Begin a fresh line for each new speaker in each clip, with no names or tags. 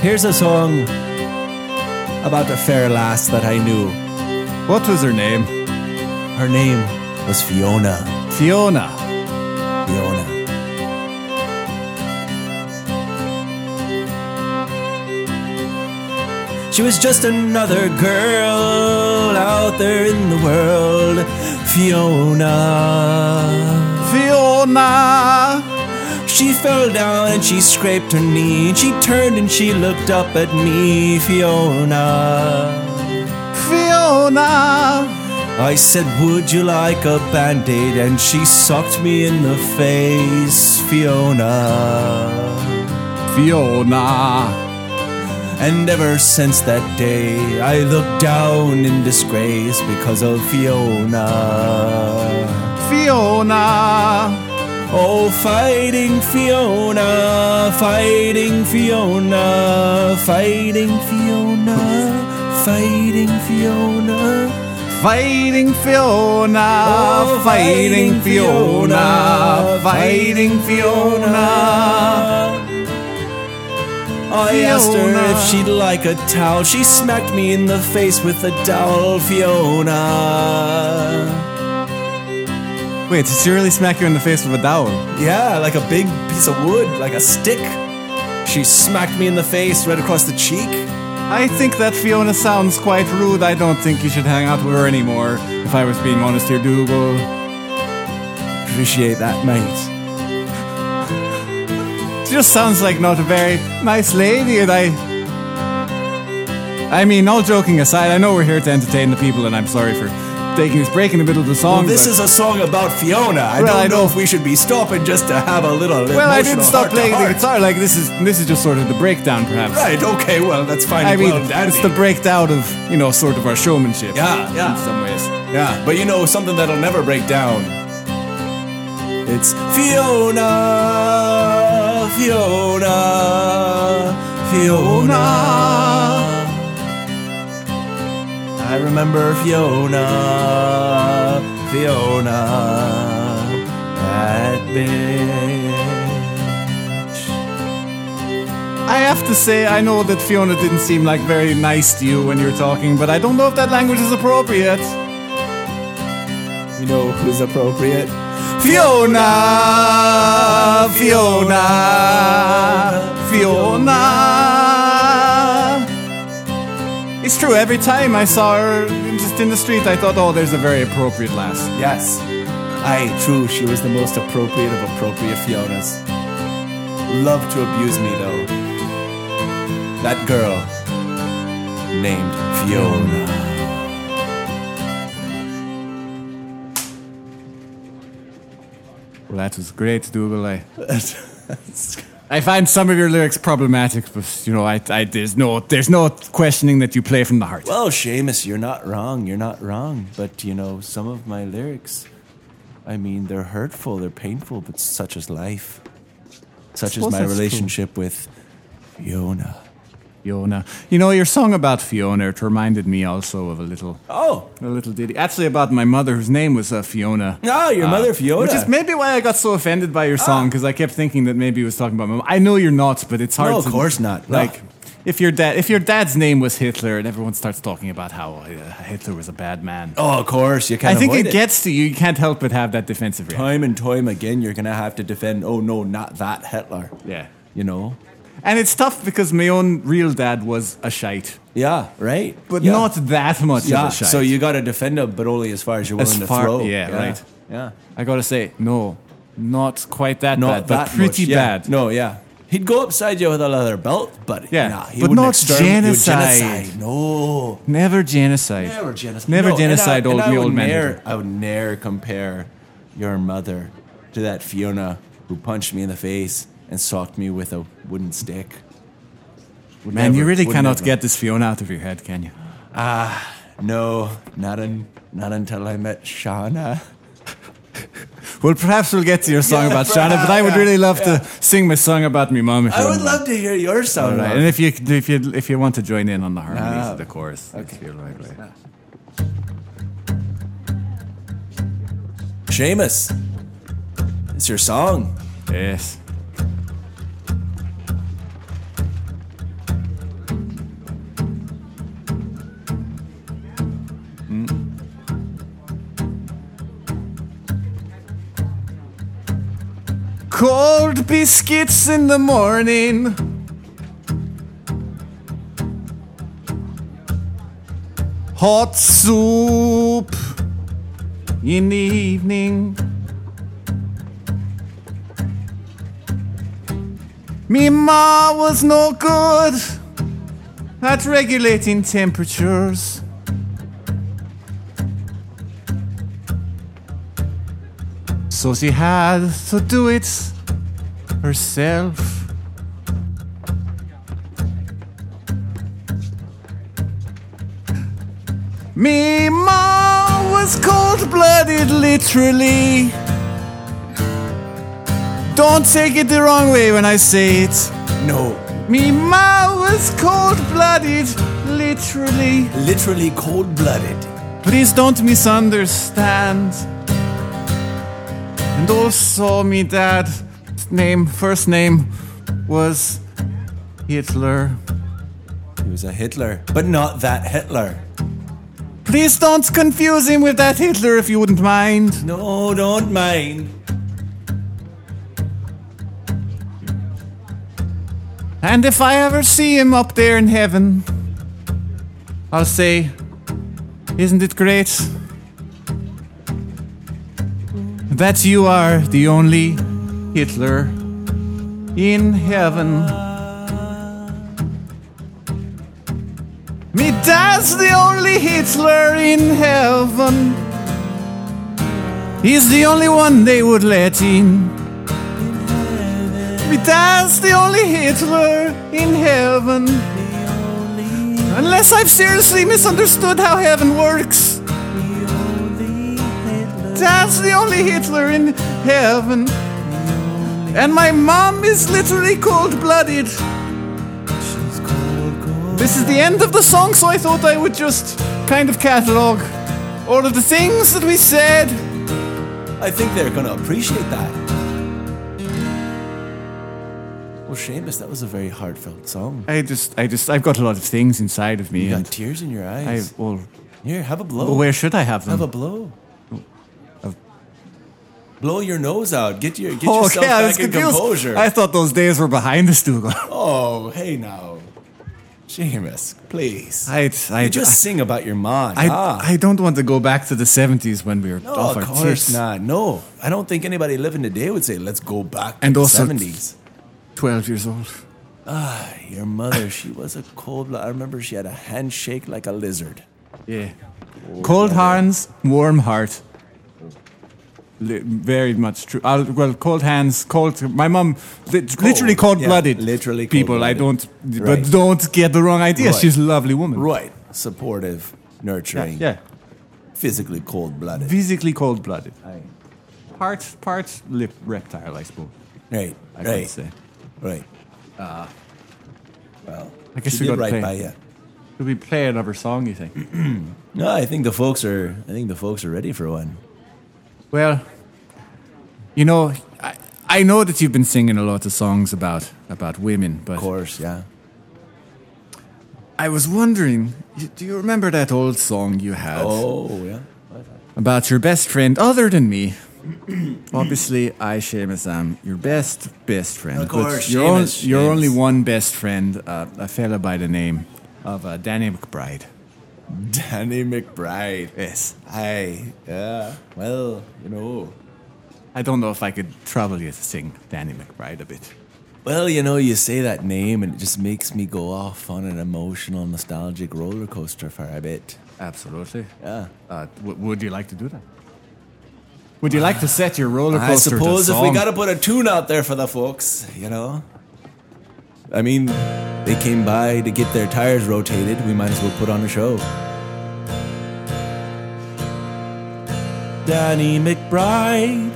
Here's a song about a fair lass that I knew.
What was her name?
Her name was Fiona.
Fiona.
Fiona. She was just another girl out there in the world. Fiona.
Fiona.
She fell down and she scraped her knee. She turned and she looked up at me, Fiona.
Fiona.
I said, Would you like a band aid? And she sucked me in the face, Fiona.
Fiona.
And ever since that day, I look down in disgrace because of Fiona.
Fiona.
Oh, fighting Fiona, fighting Fiona, fighting Fiona, fighting Fiona.
Fighting Fiona.
Oh,
Fighting Fiona. Fighting Fiona.
I asked her
Fiona.
if she'd like a towel. She smacked me in the face with a towel, Fiona.
Wait, did she really smack you in the face with a dowel?
Yeah, like a big piece of wood, like a stick. She smacked me in the face right across the cheek.
I think that Fiona sounds quite rude. I don't think you should hang out with her anymore. If I was being honest here, Dougal.
Appreciate that, mate.
She just sounds like not a very nice lady, and I. I mean, all joking aside, I know we're here to entertain the people, and I'm sorry for taking this break in the middle of the song.
Well, Oh, this
but-
is a song about Fiona. I
Well,
don't
I
know
don't-
if we should be stopping just to have a little.
Well, I didn't
emotional
stop playing the
heart-to-heart.
guitar. Like this is this is just sort of the breakdown, perhaps.
Right. Okay. Well, that's fine.
I mean,
well, dandy.
it's the breakdown of you know, sort of our showmanship.
Yeah, yeah.
In some ways.
Yeah, but you know something that'll never break down. It's Fiona, Fiona, Fiona. I remember Fiona, Fiona that bitch.
I have to say, I know that Fiona didn't seem like very nice to you when you were talking, but I don't know if that language is appropriate.
You know who's appropriate?
Fiona, Fiona, Fiona. It's true, every time I saw her just in the street, I thought, oh, there's a very appropriate lass.
Yes. Aye, true, she was the most appropriate of appropriate Fionas. Loved to abuse me, though. That girl named Fiona.
Well, that was great, Dougal. I, I find some of your lyrics problematic, but, you know, I, I, there's, no, there's no questioning that you play from the heart.
well, Seamus, you're not wrong. You're not wrong. But, you know, some of my lyrics, I mean, they're hurtful, they're painful, but such is life. Such is
Suppose
my
that's true.
relationship with Fiona.
Fiona. You know, your song about Fiona, it reminded me also of a little
Oh,
A little ditty. Actually, about my mother, whose name was uh, Fiona.
Ah, your mother, Fiona. Ah.
Uh, Which is maybe why I got so offended by your song, because I kept thinking that maybe it was talking about my mom. I know you're not, but it's hard
No, of
to-
course not. No.
Like, if your, dad, if your dad's name was Hitler and everyone starts talking about how uh, Hitler was a bad man,
oh, of course. You
I
can't
think
avoid
it, gets to you. You can't help but have that defensive reaction.
time and time again you're gonna have to defend oh no not that hitler
Yeah.
you know
And it's tough because my own real dad was a shite,
yeah right
but
Yeah.
not that much
yeah
of a shite.
so you gotta defend him but only as far as you're
As
willing
far-
to throw
yeah, right.
yeah
I gotta say, no, not quite that
not
bad,
that
but pretty
much. Yeah.
bad.
no yeah he'd go upside you with a leather belt but yeah
Yeah,
nah, he
but
wouldn't
not
exterminate you.
genocide.
genocide no
Never genocide.
never genocide
Never
No, and I-
genocide
and
old
I
the
would
old man.
ne'er- i would ne'er compare your mother to that fiona who punched me in the face and socked me with a wooden stick Would
man, you
never-
really
would
cannot
never.
get this Fiona out of your head, can you?
No, not un- not until I met Shauna.
Well, perhaps we'll get to your song
Yeah,
about Shauna, but I would
yeah,
really love to sing my song about me mom. If
I
you
would
don't
love to hear your sound.
mind. All right,
Right.
and if you if you if you want to join in on the harmonies
Ah,
of the chorus, that's
okay.
your right way.
Seamus, it's your song.
Yes. Mm. cold biscuits in the morning. Hot soup in the evening. Me ma was no good at regulating temperatures. So she had to do it herself. Me ma was cold blooded, literally. Don't take it the wrong way when I say it.
No,
Me ma was cold blooded, literally.
literally cold blooded.
Please don't misunderstand. And also, me dad's name, first name, was Hitler.
He was a Hitler, but not that Hitler.
Please don't confuse him with that Hitler if you wouldn't mind.
No, don't mind.
And if I ever see him up there in heaven, I'll say, Isn't it great? That you are the only Hitler in heaven. Me dad's the only Hitler in heaven. He's the only one they would let in. Me dad's the only Hitler in heaven. Unless I've seriously misunderstood how heaven works. Dad's the only Hitler in heaven. And my mom is literally cold blooded. This is the end of the song, so I thought I would just kind of catalog all of the things that we said.
I think they're gonna appreciate that. Well, Seamus, that was a very heartfelt song.
I just, I just, I've got a lot of things inside of me,
You got
and
tears in your
I,
eyes.
well,
Here, have a blow.
where should I have them?
Have a blow. Blow your nose out. Get your get
Oh,
yourself
I was
back in
confused.
composure.
I thought those days were behind us, Dougal.
Oh, hey now, Seamus, please.
I, I,
you just sing about your mom.
I,
ah.
I don't want to go back to the 70s when we were
no, of
off our
course
tits.
not. No, I don't think anybody living today would say, "Let's go back to
And
the
also-
70s."
12 years old.
Your mother, she was a cold. I remember she had a handshake like a lizard.
Yeah. Cold hands, warm heart. Li- very much true. i well, cold hands, cold. My mom, lit- literally
Cold,
cold
yeah,
blooded.
literally
people. I don't,
cold-blooded. Right.
but don't get the wrong idea.
Right.
She's a lovely woman.
Right, supportive, nurturing,
Yeah.
physically cold blooded.
Physically cold blooded. Part, part lip reptile, I suppose.
Right,
I could
right,
say.
right. well,
I guess
she
we
did
got
right
paid.
by you.
Could we play another song, you think?
No, I think the folks are. I think the folks are ready for one.
Well, you know, I, I know that you've been singing a lot of songs about about women,
Of
but
course, yeah.
I was wondering, y- do you remember that old song you had
Oh, yeah.
about your best friend other than me? Obviously, I, Seamus, am your best best friend.
Of
but
course,
you're, on-
Seamus,
you're
Seamus.
only one best friend, uh, a fella by the name of uh, Danny McBride.
Danny McBride.
Yes,
Hi. Yeah. Well, you know.
I don't know if I could trouble you to sing Danny McBride a bit.
Well, you know, you say that name and it just makes me go off on an emotional, nostalgic roller coaster for a bit.
Absolutely.
Yeah.
Uh, w- would you like to do that? Would you like to set your roller
I
coaster
suppose
to
if we
song?
gotta put a tune out there for the folks, you know. I mean, they came by to get their tires rotated. We might as well put on a show. Danny McBride,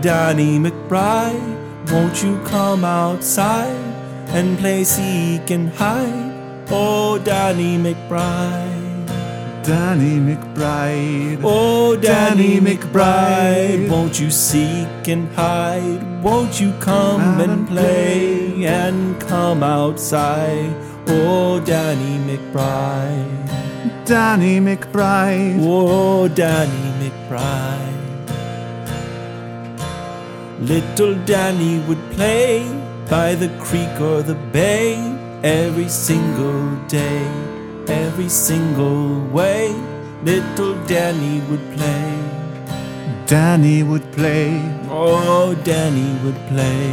Danny McBride, won't you come outside and play seek and hide? Oh, Danny McBride.
Danny McBride.
Oh, Danny
Danny
McBride,
McBride.
won't you seek and hide? Won't you come and play and come outside? Oh, Danny McBride,
Danny McBride.
oh, Danny McBride. Little Danny would play by the creek or the bay every single day, every single way. Little Danny would play.
Danny would play.
Oh, Danny would play.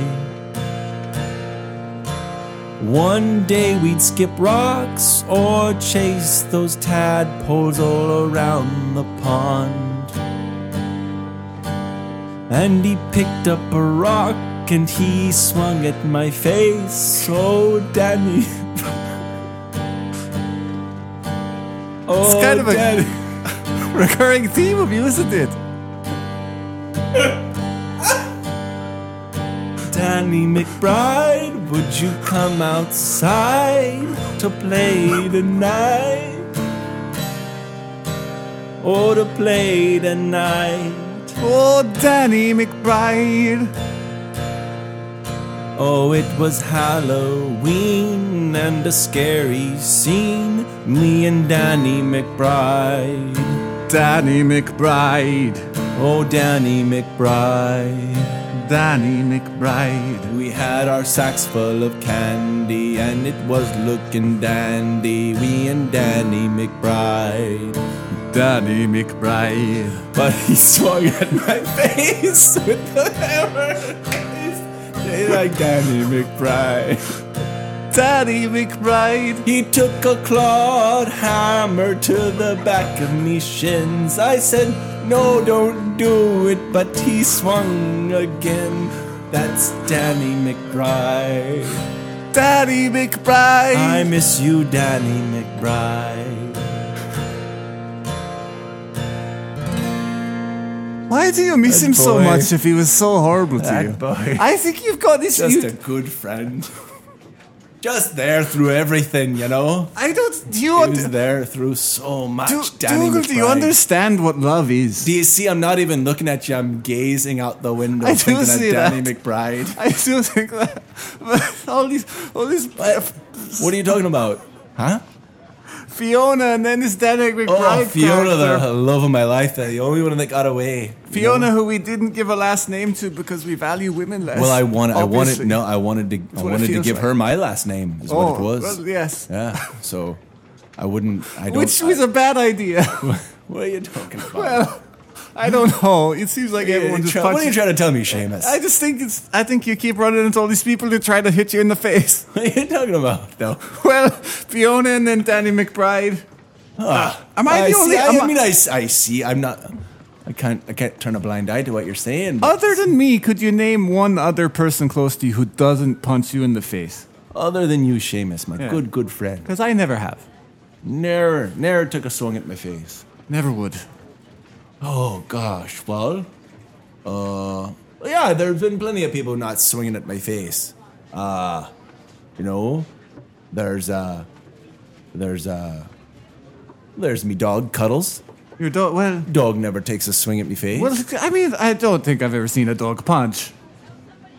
One day we'd skip rocks or chase those tadpoles all around the pond. And he picked up a rock and he swung at my face. Oh, Danny. oh,
kind of a-
Danny.
Recurring theme of you, isn't it?
Danny McBride, would you come outside to play tonight? Or to play tonight?
Oh, Danny McBride.
Oh, it was Halloween and a scary scene. Me and Danny McBride.
Danny McBride.
Oh, Danny McBride.
Danny McBride.
We had our sacks full of candy and it was looking dandy. We and Danny McBride.
Danny McBride.
But he swung at my face with the hammer. They like Danny McBride.
Danny McBride.
He took a clawed hammer to the back of me shins. I said, No, don't do it, but he swung again. That's Danny McBride.
Danny McBride.
I miss you, Danny McBride.
Why do you miss
That
him so
boy.
much if he was so horrible to
That
you?
boy.
I think you've got this.
Just
You,
a good friend. Just there through everything, you know?
I don't. Do you
He
want
was there through so much,
do,
Danny
Oh, Dougal, do you
McBride.
understand what love is?
Do you see? I'm not even looking at you. I'm gazing out the window,
I do
thinking
see
at Danny
that.
McBride.
I still think that. But all these, all these
What are you talking about? Huh?
Fiona and then this Danny McBride.
Oh, Fiona,
character.
the love of my life, the only one that got away.
Fiona, who we didn't give a last name to because we value women less.
Well, I wanted, I wanted,
obviously.
no, I wanted to, I
what it
wanted to
feels
give
like.
her my last name. Is
Oh,
what it was.
well, yes.
Yeah. So, I wouldn't. I don't.
Which was a bad idea.
What are you talking about?
I don't know. It seems like
Yeah,
everyone
you
just
try- what are you
punches.
trying to tell me, Seamus?
I just think it's. I think you keep running into all these people who try to hit you in the face.
what are you talking about, though?
Well, Fiona and then Danny McBride. Ah. am I the
see,
only?
Ah. I,
am I-
mean, I, s- I see. I'm not. I can't. I can't turn a blind eye to what you're saying. but
other than me, could you name one other person close to you who doesn't punch you in the face?
other than you, Seamus, my
Oh. Yeah.
good, good friend,
Because I never have.
never, never took a swing at my face.
Never would.
Oh gosh. Well, uh, yeah. There's been plenty of people not swinging at my face. Uh, you know, there's uh, there's uh, there's me dog Cuddles.
Your dog. Well,
Dog never takes a swing at me face.
well. I mean, I don't think I've ever seen a dog punch.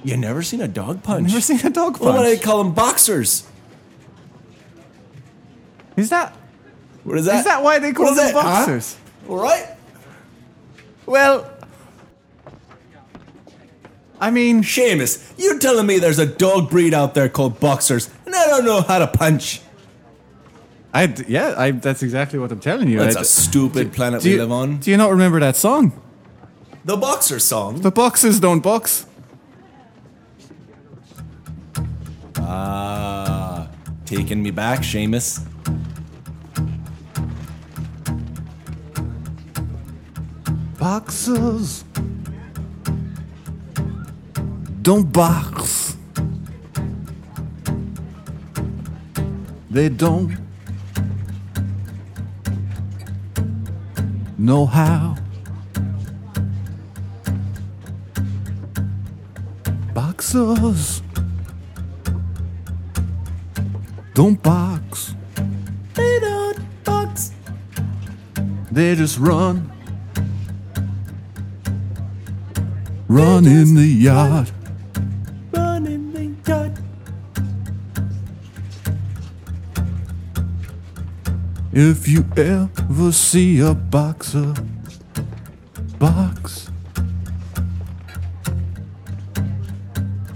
You never seen a dog
I've
punch?
never seen a dog
Well, what do they
punch.
call them? Boxers.
Is that
What is that?
Is that why they call
What is
them
that, huh?
boxers?
All right.
Well, I mean,
Seamus, you're telling me there's a dog breed out there called boxers, and I don't know how to punch.
I d- yeah, I, that's exactly what I'm telling you.
That's
I
a
d-
stupid planet
do
we
you,
live on.
Do you not remember that song?
The boxer song.
The boxers don't box.
Ah, taking me back, Seamus.
Boxers don't box. They don't know how. Boxers don't box.
They don't box.
They just run. Run in the yard.
Running the yard.
If you ever see a boxer box,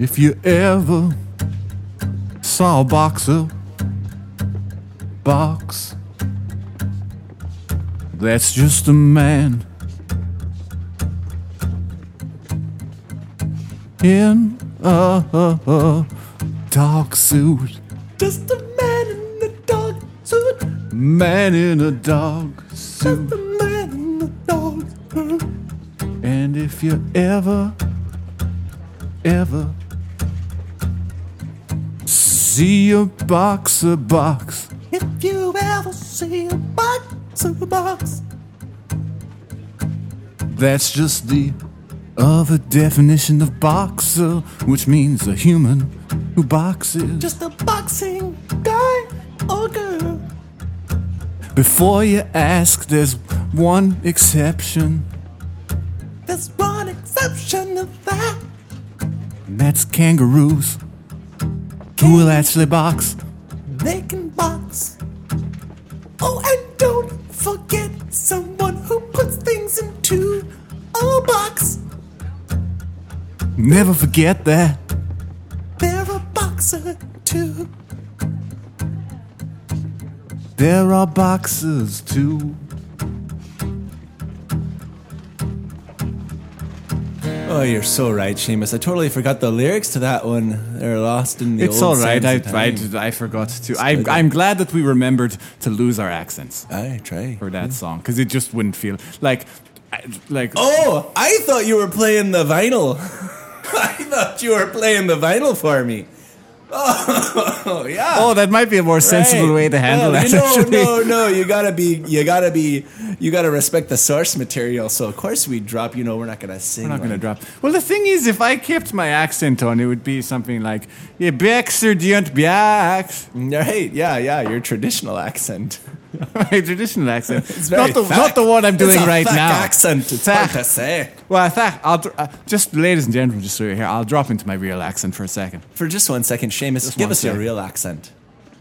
If you ever saw a boxer box, that's just a man in a, a, a dark suit.
Just a man in a dark suit.
Man in a dark suit.
Just a man in a dark suit.
And if you ever, ever see a boxer box,
If you ever see a box of a box,
that's just the other definition of boxer, which means a human who boxes.
just a boxing guy or girl.
Before you ask, there's one exception,
There's one exception to that.
and that's kangaroos, who will actually box.
They can box. Oh, and don't forget someone who puts things into a box.
Never forget that.
They're a boxer too.
There are boxes too.
Oh, you're so right, Seamus. I totally forgot the lyrics to that one. They're lost in the
It's all
old
right. I,
sands of
I,
time.
I forgot to. I,
good.
I'm glad that we remembered to lose our accents
Aye, try.
for that song because it just wouldn't feel like, I- like
Mm-hmm. Oh, I thought you were playing the vinyl. I thought you were playing the vinyl for me. Oh, yeah.
oh, that might be a more sensible
Right.
way to handle
Well,
that.
No,
actually.
no, no. You gotta be. You gotta be. You gotta respect the source material. So of course we drop. You know, we're not gonna sing.
We're not
like-
going to drop. Well, the thing is, if I kept my accent on, it would be something like "Je Bexer dient Biax,"
Right? Yeah, yeah. Your traditional accent.
my traditional accent.
It's very
not the
thick.
not the one I'm
It's
doing
a
right
thick
now.
Accent. It's hard
Thick.
to say.
Well, I thought I'll dr- uh, just, ladies and gentlemen, just so you're here, I'll drop into my real accent for a second.
For just one second, Seamus, give
one
us your
second.
real accent.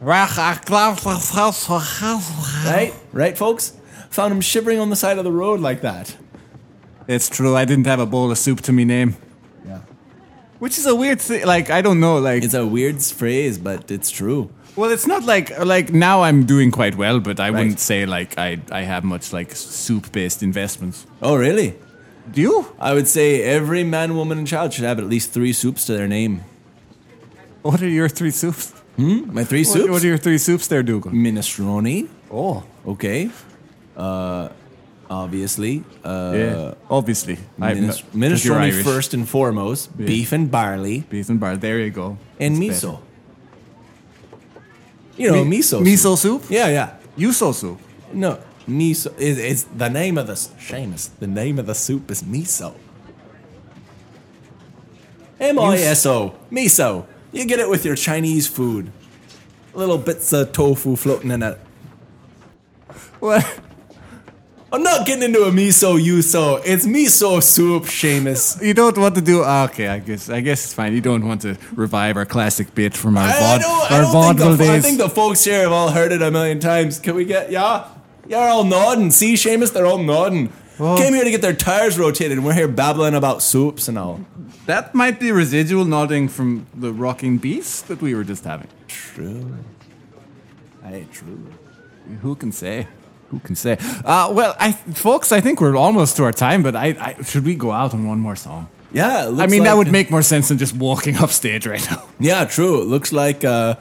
It's
Right? Right, folks. Found him shivering on the side of the road like that.
true. I didn't have a bowl of soup to me name,
Yeah.
which is a weird thing. Like I don't know. Like
It's a weird phrase, but it's true.
well, it's not like like now I'm doing quite well, but I
Right.
wouldn't say like I I have much like soup based investments.
Oh, really?
Do you?
I would say every man, woman, and child should have at least three soups to their name.
What are your three soups?
My three
What-
soups?
What, are your three soups there, Dougal?
Minestrone,
Oh,
okay. Uh, obviously, uh,
yeah. Obviously, I'm
minis-
not- 'cause you're
minestrone
Irish.
first and foremost. Beef and barley
Beef and bar. There you go.
and
That's
miso. You know
Mi-
miso.
miso soup?
Yeah, yeah.
better. Yuso soup.
No miso. Is it's the name of the s- Seamus. The name of the soup is miso. M I S O miso. You get it with your Chinese food. Little bits of tofu floating in it.
What?
I'm not getting into a miso yuso. It's miso soup, Seamus.
You don't want to do ah, okay. I guess I guess it's fine. You don't want to revive our classic bit from our,
I, I
vaude-
don't, I
our
don't think
vaudeville
the, I
days.
think the folks here have all heard it a million times. Can we get yeah? You're all nodding. See, Seamus, they're all nodding.
Well-
Came here to get their tires rotated, and we're here babbling about soups and all.
that might be residual nodding from the rocking beast that we were just having.
True. Hey, true.
Who can say? Who can say? Uh, well, I, folks, I think we're almost to our time, but I, I should we go out on one more song?
Yeah, it looks
I mean, that
like-
would make more sense than just walking off stage right now.
Yeah, true. It looks like uh,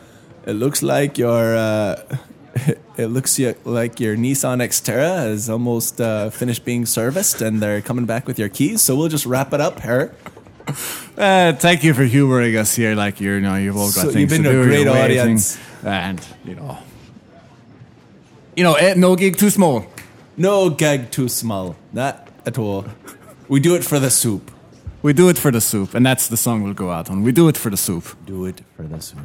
it looks like your uh, it looks y- like your Nissan Xterra is almost uh, finished being serviced, and they're coming back with your keys. So we'll just wrap it up, Harry.
Uh, thank you for humoring us here. Like you're, you know, you've all got
So you've
things
been
to
a
do.
great
you're waiting,
audience.
and you know, you know, eh, no gig too small.
No gag too small, not at all. We do it for the soup.
We do it for the soup, and that's the song we'll go out on. We do it for the soup.
Do it for the soup.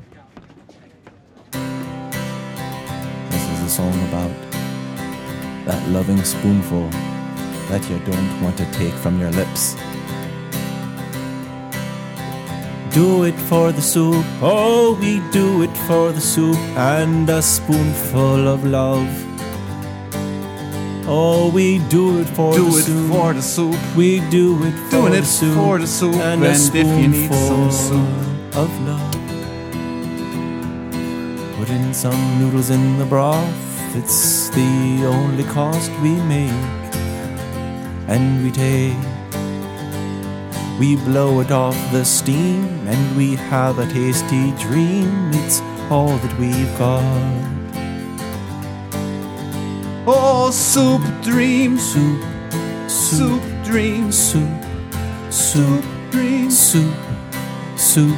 This is a song about that loving spoonful that you don't want to take from your lips. Do it for the soup, oh, we do it for the soup and a spoonful of love. Oh, we do it for
Do
the
it
soup.
for the soup.
we do it for
Doing
the
it
soup
for the soup,
and,
and,
a
if you need
spoonful
some soup,
of love. Putting some noodles in the broth, it's the only cost we make. And we take, we blow it off the steam, and we have a tasty dream. It's all that we've got.
Oh, soup dream,
Soup,
soup
soup,
dream,
soup, soup,
soup dream.
soup, soup,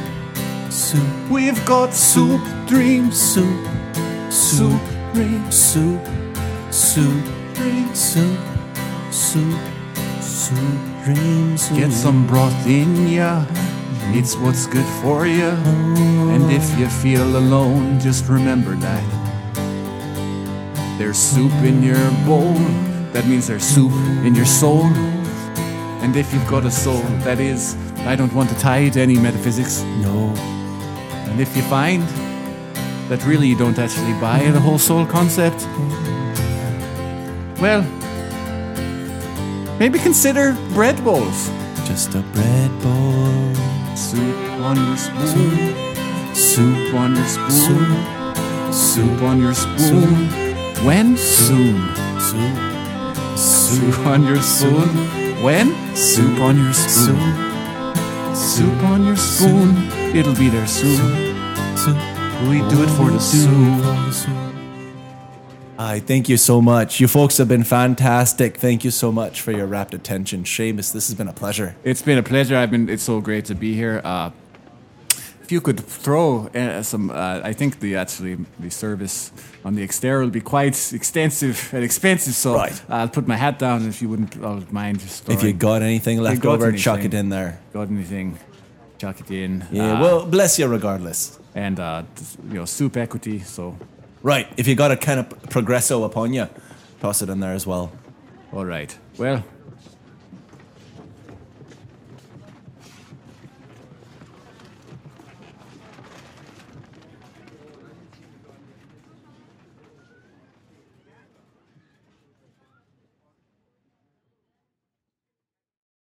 soup,
We've got soup dreams,
soup,
soup
soup,
dream,
soup, soup.
dream.
soup, soup, soup, dream soup.
Get some broth in ya. It's what's good for ya. And if you feel alone, just remember that. There's soup in your bowl. That means there's soup in your soul. And if you've got a soul, that is, I don't want to tie it to any metaphysics.
No,
And if you find that really you don't actually buy the whole soul concept, well, maybe consider bread bowls.
just a bread bowl.
Soup on your spoon. Soup on your spoon.
Soup,
Soup on your spoon. When? Soon.
soup,
Soup on your spoon. When? Soup on your
soup,
spoon. Soup on your spoon. It'll be there soon.
soup.
We do it for the soup.
I thank you so much. You folks have been fantastic. Thank you so much for your rapt attention. Seamus, this has been a pleasure.
It's been a pleasure. I've been. It's so great to be here. Uh, if you could throw uh, some, uh, I think the actually the service on the exterior will be quite extensive and expensive. So
Right.
I'll put my hat down if you wouldn't uh, mind just.
If you
throwing-
got anything left
got
over, chuck it
anything.
in there.
got anything, chuck it in.
Yeah,
Ah.
Uh,
well, bless you regardless.
and uh, t- you know soup equity. So
Right, if you got a kind of progresso upon you, toss it in there as well.
all right. Well,